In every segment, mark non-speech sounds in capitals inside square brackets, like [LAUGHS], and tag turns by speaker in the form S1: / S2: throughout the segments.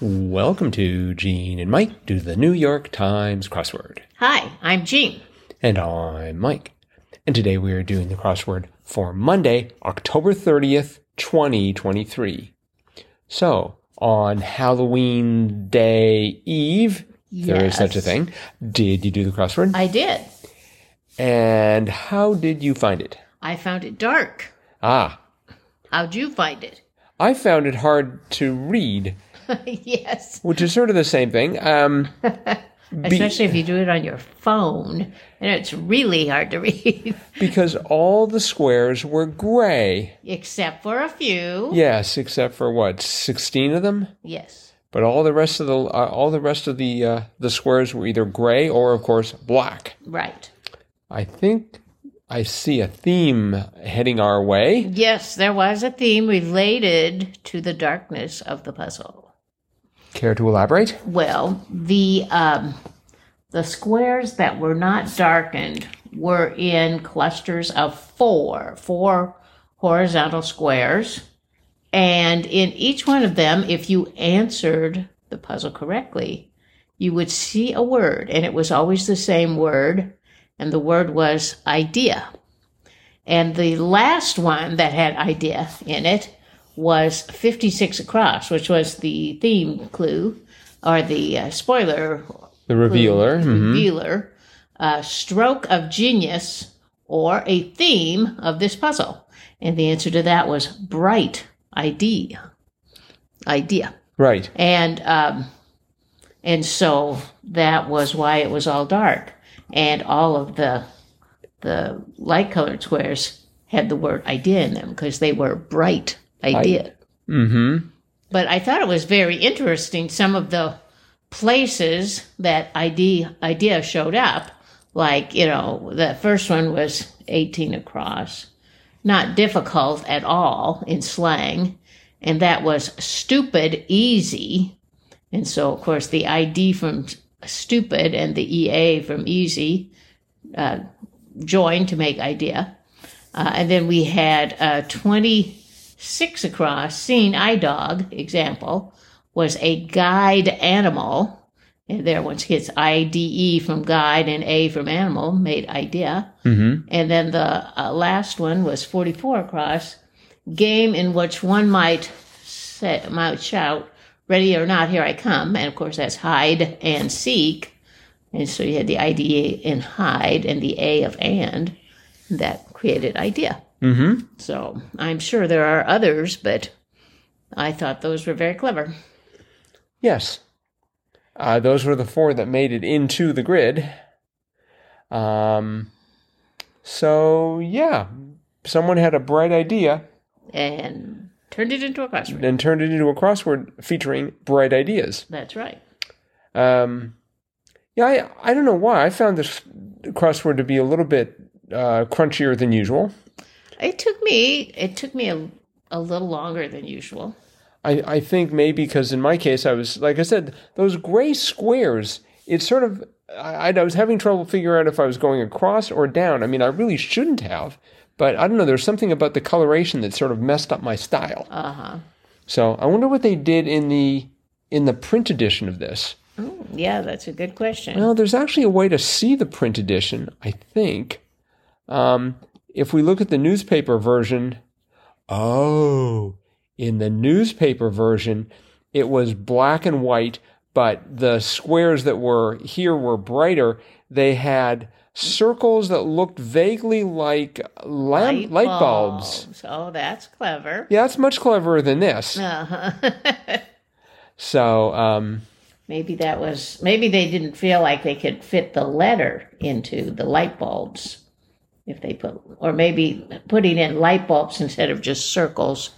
S1: Welcome to Gene and Mike do the New York Times crossword.
S2: Hi, I'm Jean.
S1: And I'm Mike. And today we are doing the crossword for Monday, October 30th, 2023. So, on Halloween Day Eve, if there is such a
S2: Yes.
S1: thing. Did you do the crossword?
S2: I did.
S1: and how did you find it?
S2: I found it dark.
S1: Ah,
S2: How'd you find it? [LAUGHS]
S1: I found it hard to read,
S2: yes.
S1: which is sort of the same thing.
S2: [LAUGHS]
S1: Um, be-
S2: Especially if you do it on your phone. And it's really hard to [LAUGHS] read,
S1: because all the squares were gray.
S2: except for a few.
S1: Yes, except for what sixteen of them,
S2: Yes.
S1: but all the rest of the uh, all the rest of the uh, the squares were either gray or, of course, black.
S2: Right.
S1: I think I see a theme heading our way.
S2: Yes, there was a theme related to the darkness of the puzzle.
S1: Care to elaborate?
S2: Well, the um, the squares that were not darkened were in clusters of four, four horizontal squares, and in each one of them, if you answered the puzzle correctly, you would see a word, and it was always the same word, and the word was idea. And the last one that had idea in it was 56 across, which was the theme clue or the uh, spoiler
S1: The revealer.
S2: Hmm.
S1: mhm.
S2: revealer, uh, stroke of genius, or a theme of this puzzle. And the answer to that was bright idea. Idea.
S1: Right.
S2: And um, and so that was why it was all dark. And all of the the light colored squares had the word idea in them because they were bright idea.
S1: Mm-hmm.
S2: But I thought it was very interesting some of the places that ID idea showed up. Like, you know, the first one was 18 across. Not difficult at all in slang. And that was stupid easy. And so, of course, the ID from stupid and the EA from easy uh, joined to make idea. Uh, and then we had uh, 26 across, seen eye dog example, was a guide animal. And there, once gets IDE E from guide and A from animal, made idea.
S1: Mm-hmm.
S2: And then the uh, last one was 44 across, game in which one might, set, might shout, ready or not, here I come. And of course, that's hide and seek. And so you had the IDA in hide and the A of and that created idea.
S1: Mm-hmm.
S2: So I'm sure there are others, but I thought those were very clever.
S1: Yes. Uh, those were the four that made it into the grid. Um. So yeah, someone had a bright idea
S2: And turned it into a classroom.
S1: and turned it into a crossword featuring bright ideas.
S2: That's right.
S1: Um, yeah, I, I don't know why. I found this crossword to be a little bit uh, crunchier than usual.
S2: It took me it took me a, a little longer than usual.
S1: I, I think maybe because in my case, I was, like I said, those gray squares, it's sort of, I, I was having trouble figuring out if I was going across or down. I mean, I really shouldn't have, but I don't know. There's something about the coloration that sort of messed up my style.
S2: Uh huh.
S1: So I wonder what they did in the in the print edition of this.
S2: Oh, yeah, that's a good question.
S1: Well, there's actually a way to see the print edition, I think. Um, if we look at the newspaper version, oh, in the newspaper version, it was black and white, but the squares that were here were brighter. They had circles that looked vaguely like lamp, light, bulbs.
S2: Oh, that's clever.
S1: Yeah, that's much cleverer than this.
S2: Uh-huh.
S1: So, um,
S2: maybe that was maybe they didn't feel like they could fit the letter into the light bulbs if they put or maybe putting in light bulbs instead of just circles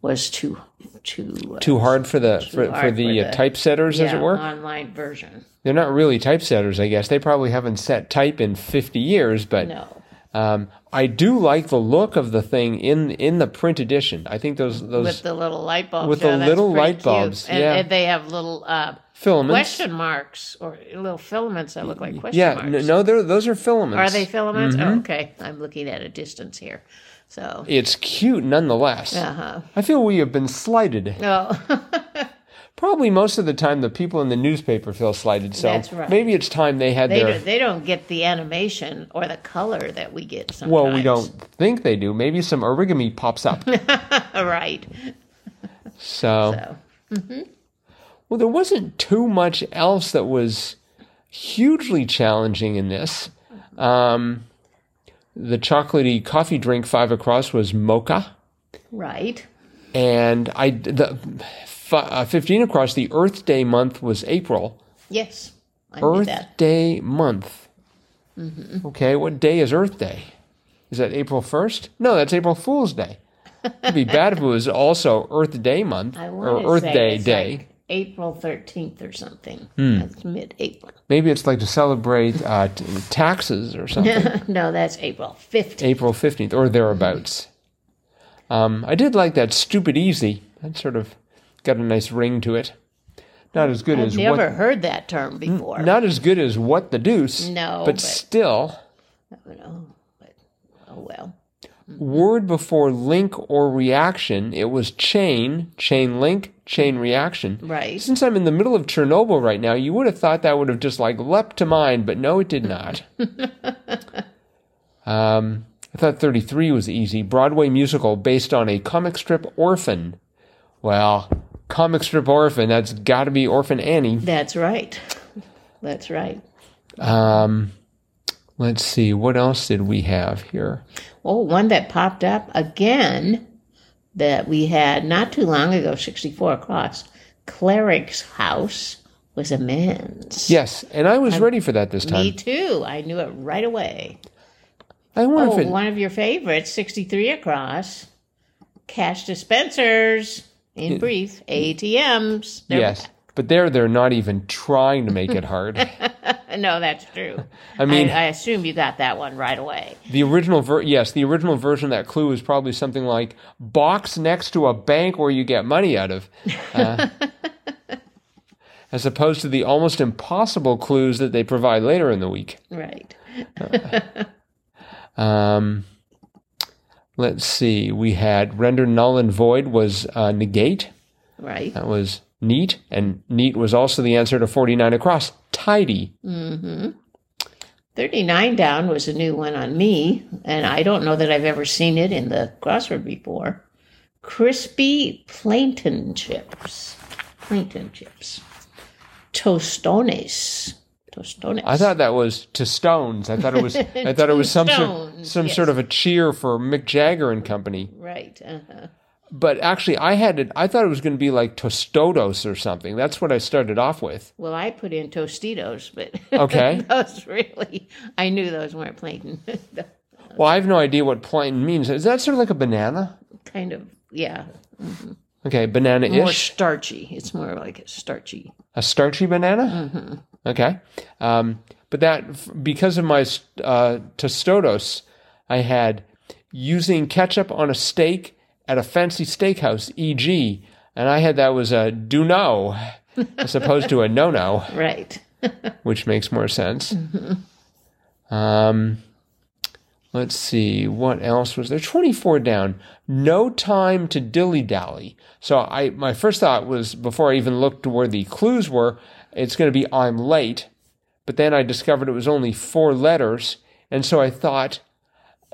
S2: was too too uh,
S1: too hard for the for, for
S2: hard
S1: the
S2: for
S1: uh,
S2: the-
S1: typesetters, as
S2: yeah,
S1: it were.
S2: online version.
S1: They're not really typesetters, I guess. They probably haven't set type in 50 years, but
S2: No.
S1: um, I do like the look of the thing in in the print edition. I think those those
S2: With the little light bulbs.
S1: with the
S2: yeah, that's
S1: little
S2: pretty
S1: light
S2: cute.
S1: bulbs,
S2: And,
S1: yeah.
S2: and they have little uh,
S1: filaments.
S2: question marks or little filaments that look like question
S1: Yeah,
S2: marks.
S1: no, no, they're- those are filaments.
S2: Are they filaments?
S1: Mm-hmm.
S2: Oh, okay. I'm looking at a distance here. So,
S1: It's cute nonetheless.
S2: uh huh.
S1: I feel we have been slighted.
S2: No.
S1: probably most of the time the people in the newspaper feel slighted. So
S2: That's right.
S1: maybe it's time they had
S2: [LAUGHS] They,
S1: their.
S2: do, they don't get the animation or the color that we get sometimes.
S1: well, we don't think they do. Maybe some origami pops up.
S2: [LAUGHS] right.
S1: So,
S2: So, mm-hmm.
S1: well, there wasn't too much else that was hugely challenging in this. Um, the chocolatey coffee drink five across was mocha,
S2: right.
S1: and I the fi- uh, fifteen across the Earth Day month was April.
S2: Yes. I knew
S1: Earth
S2: that. Mm-hmm.
S1: Day month. Okay, what day is Earth Day? Is that April 1st? No, that's April Fool's Day. It'd be bad if it was also Earth Day month
S2: [LAUGHS] I want to
S1: or Earth
S2: say
S1: Day
S2: it's
S1: day. Hmm.
S2: like April 13th or something. That's mid April.
S1: Maybe it's like to celebrate uh, t- taxes or something.
S2: [LAUGHS] no, that's April 15th.
S1: April 15th or thereabouts. Um, I did like that stupid easy. That sort of got a nice ring to it. Not as good as
S2: Never
S1: what Hmm.
S2: heard that term before.
S1: not as good as what the deuce.
S2: No,
S1: but
S2: but-
S1: still
S2: You know, but, oh well.
S1: word before link or reaction, it was chain, chain link, chain reaction.
S2: Right.
S1: Since I'm in the middle of Chernobyl right now, you would have thought that would have just like leapt to mind, but no, it did
S2: [LAUGHS]
S1: not. um, I thought 33 was easy. Broadway musical based on a comic strip Orphan. Well, comic strip Orphan, that's got to be Orphan Annie.
S2: That's right. That's right.
S1: Let's see, what else did we have here?
S2: Oh, one that popped up again that we had not too long ago, 64 across. Cleric's house was a man's.
S1: Yes, and I was ready for that this
S2: Me
S1: time.
S2: too. I knew it right away.
S1: I wonder
S2: Oh,
S1: if it,
S2: one of your favorites, 63 across. Cash dispensers, in brief, ATMs. They're-
S1: yes, but there they're not even trying to make it hard.
S2: [LAUGHS] No, that's true.
S1: [LAUGHS] I mean,
S2: I, assume you got that one right away.
S1: the original ver- yes, the original version of that clue is probably something like box next to a bank where you get money out of. uh, [LAUGHS] As opposed to the almost impossible clues that they provide later in the week.
S2: Right.
S1: Um, let's see. We had render null and void was uh, negate.
S2: Right.
S1: That was neat, and neat was also the answer to forty nine across. Tidy.
S2: 39 down was a new one on me, and I don't know that I've ever seen it in the crossword before. Crispy plantain chips. Plantain chips. Tostones. Tostones.
S1: I thought that was to Stones. I thought it was.
S2: [LAUGHS]
S1: I thought it was some sort,
S2: Stones,
S1: some
S2: yes.
S1: sort of a cheer for Mick Jagger and company.
S2: Right. Uh-huh.
S1: But actually, I had it. I thought it was going to be like Tostodos or something. That's what I started off with.
S2: Well, I put in Tostitos, but [LAUGHS]
S1: Okay.
S2: those really, I knew those weren't plantain.
S1: well, I have no idea what plain means. Is that sort of like a banana?
S2: [LAUGHS] kind of, yeah,
S1: Okay, banana
S2: more
S1: ish,
S2: starchy. It's more like a starchy.
S1: a starchy banana. Mm-hmm. Okay, um, but that f- because of my uh, Tostodos, I had using ketchup on a steak at a fancy steakhouse, e.g., and I had that was a do no as opposed to a no no.
S2: Right.
S1: which makes more sense. Um, let's see, what else was there? 24 down. No time to dilly dally. So I, my first thought was before I even looked to where the clues were, it's going to be I'm late. But then I discovered it was only four letters. And so I thought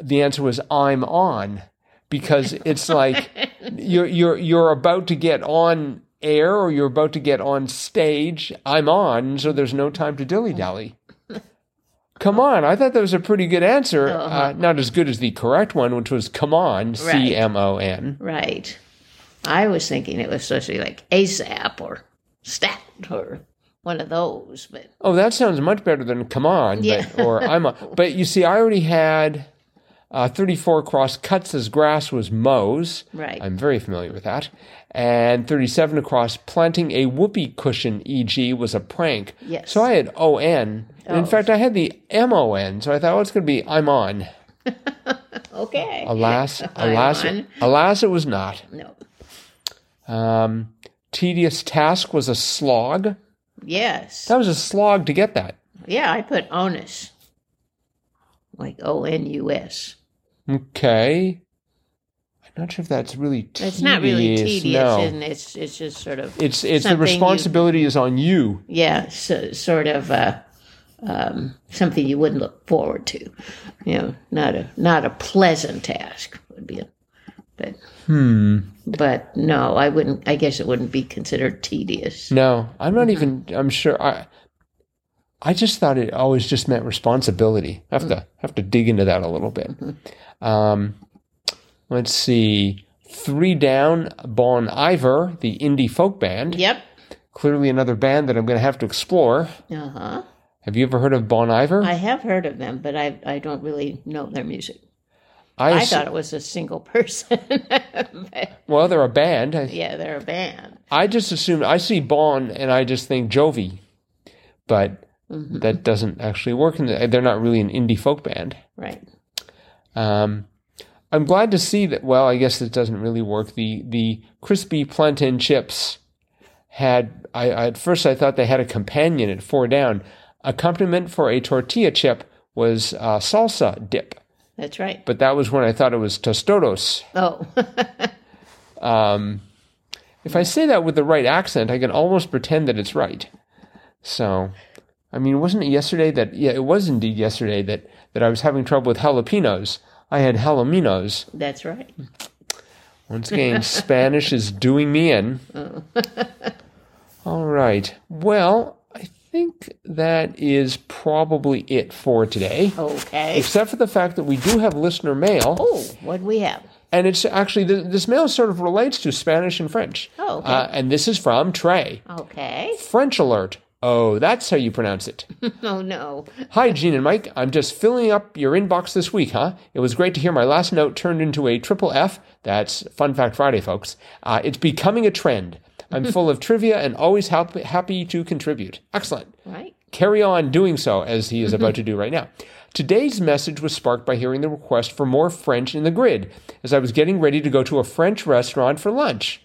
S1: the answer was I'm on because it's like you're, you're, you're about to get on air or you're about to get on stage. I'm on. So there's no time to dilly dally. Come on. I thought that was a pretty good answer. Uh, not as good as the correct one, which was come on, C M O N.
S2: Right. I was thinking it was supposed to be like ASAP or stat or one of those, but
S1: Oh, that sounds much better than come on, but,
S2: [LAUGHS]
S1: or I'm on. But you see, I already had uh, 34 across cuts as grass was Moe's.
S2: Right.
S1: I'm very familiar with that. And 37 across planting a whoopee cushion, e.g., was a prank.
S2: Yes. Oh.
S1: So I had O N. And In fact, I had the M O N. So I thought, well, it's going to be I'm on.
S2: okay. [LAUGHS]
S1: Alas, alas,
S2: on.
S1: alas, it was not.
S2: no.
S1: Um, tedious task was a slog.
S2: Yes.
S1: That was a slog to get that.
S2: Yeah, I put onus. Like O N U S.
S1: Okay. I Not sure if that's really tedious.
S2: It's not really tedious,
S1: no.
S2: and it's it's just sort of
S1: It's it's the
S2: something you-
S1: responsibility is on you.
S2: yeah, so, sort of uh, um, something you wouldn't look forward to. You know, not a not a pleasant task would be, a, but but no, I wouldn't. I guess it wouldn't be considered tedious.
S1: No, I'm not even. I'm sure. I I just thought it always just meant responsibility. I have
S2: Mm.
S1: to have to dig into that a little
S2: [LAUGHS]
S1: bit. Um, let's see. Three down, Bon Iver, the indie folk band.
S2: Yep.
S1: Clearly, another band that I'm going to have to explore.
S2: Uh huh.
S1: Have you ever heard of Bon Iver?
S2: I have heard of them, but I I don't really know their music.
S1: I
S2: I
S1: ass-
S2: thought it was a single person. [LAUGHS] But,
S1: well, they're a band. I,
S2: yeah, they're a band.
S1: I just assume I see Bon and I just think Jovi, but that doesn't actually work. In the, they're not really an indie folk band.
S2: Right.
S1: Um, I'm glad to see that. Well, I guess it doesn't really work. The the crispy plantain chips had. I, I at first I thought they had a companion at four down. Accompaniment for a tortilla chip was uh, salsa dip,
S2: That's right.
S1: but that was when I thought it was tostados.
S2: Oh, [LAUGHS]
S1: If I say that with the right accent, I can almost pretend that it's right. So, I mean, wasn't it yesterday that? Yeah, it was indeed yesterday that that I was having trouble with jalapenos. I had jalapenos.
S2: that's right.
S1: Once
S2: [LAUGHS]
S1: again, Spanish is doing me in.
S2: Oh.
S1: All right. Well, I think that is probably it for today.
S2: Okay.
S1: Except for the fact that we do have listener mail,
S2: Oh, what do we have?
S1: and it's actually th- this mail sort of relates to Spanish and French.
S2: Oh, okay.
S1: Uh, and this is from Trey.
S2: Okay.
S1: French alert. Oh, that's how you pronounce it.
S2: Oh no.
S1: Hi, Gene and Mike. I'm just filling up your inbox this week, huh? It was great to hear my last note turned into a triple F. That's Fun Fact Friday, folks. Uh, it's becoming a trend. I'm full of trivia and always hap- happy to contribute. Excellent.
S2: Right.
S1: Carry on doing so, as he is about to do right now. Today's message was sparked by hearing the request for more French in the grid, as I was getting ready to go to a French restaurant for lunch.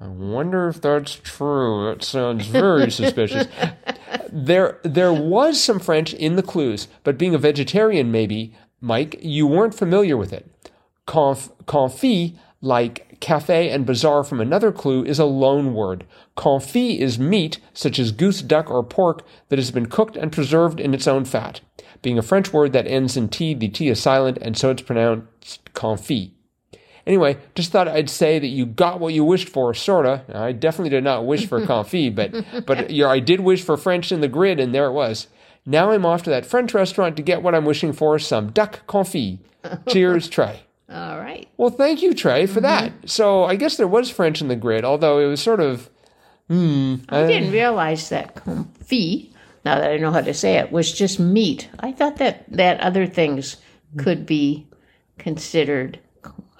S1: I wonder if that's true. That sounds very suspicious. There, there was some French in the clues, but being a vegetarian, maybe Mike, you weren't familiar with it. Conf, confit, like cafe and bazaar from another clue, is a loan word. Confit is meat, such as goose, duck, or pork, that has been cooked and preserved in its own fat. Being a French word that ends in t, the t is silent, and so it's pronounced confit. Anyway, just thought I'd say that you got what you wished for, sorta. I definitely did not wish for confit, but but yeah, I did wish for French in the grid, and there it was. Now I'm off to that French restaurant to get what I'm wishing for: some duck confit. Cheers, Trey.
S2: All right.
S1: Well, thank you, Trey, for that. So I guess there was French in the grid, although it was sort of
S2: I didn't realize that confit, now that I know how to say it, was just meat. I thought that, that other things could be considered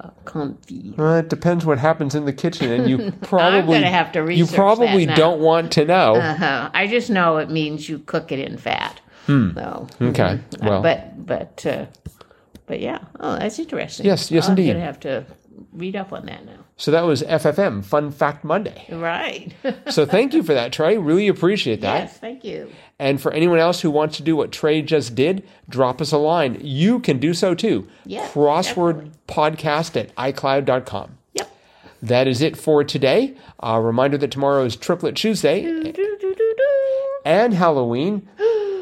S2: uh, confit.
S1: well, it depends what happens in the kitchen, and [LAUGHS] you probably
S2: I'm going to have to
S1: you
S2: research
S1: probably
S2: that now.
S1: don't want to know.
S2: Uh-huh. I just know it means you cook it in fat. Though.
S1: okay, Hmm. well,
S2: mm-hmm. Uh, But, but, uh, but yeah. Oh, that's interesting.
S1: Yes, yes,
S2: I'm
S1: indeed.
S2: going to have to read up on that now.
S1: so that was FFM Fun Fact Monday.
S2: Right. [LAUGHS]
S1: So thank you for that, Trey. Really appreciate that.
S2: yes, thank you.
S1: And for anyone else who wants to do what Trey just did, drop us a line. You can do so too.
S2: Yeah,
S1: Crossword podcast at iCloud.com.
S2: Yep.
S1: That is it for today. A reminder that tomorrow is Triplet Tuesday
S2: Do-do-do-do.
S1: and Halloween.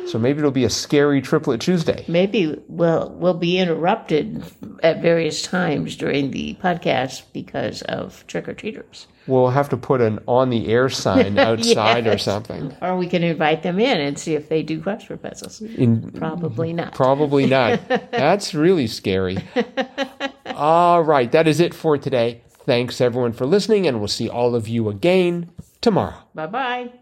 S1: So maybe it'll be a scary Triplet Tuesday.
S2: maybe we'll we'll be interrupted at various times during the podcast because of trick or treaters,
S1: We'll have to put an on the air sign outside or
S2: Yes.
S1: something.
S2: or we can invite them in and see if they do crossword puzzles.
S1: In,
S2: Probably not.
S1: Probably not. That's really scary. All right, that is it for today. Thanks everyone for listening, and we'll see all of you again tomorrow.
S2: bye bye.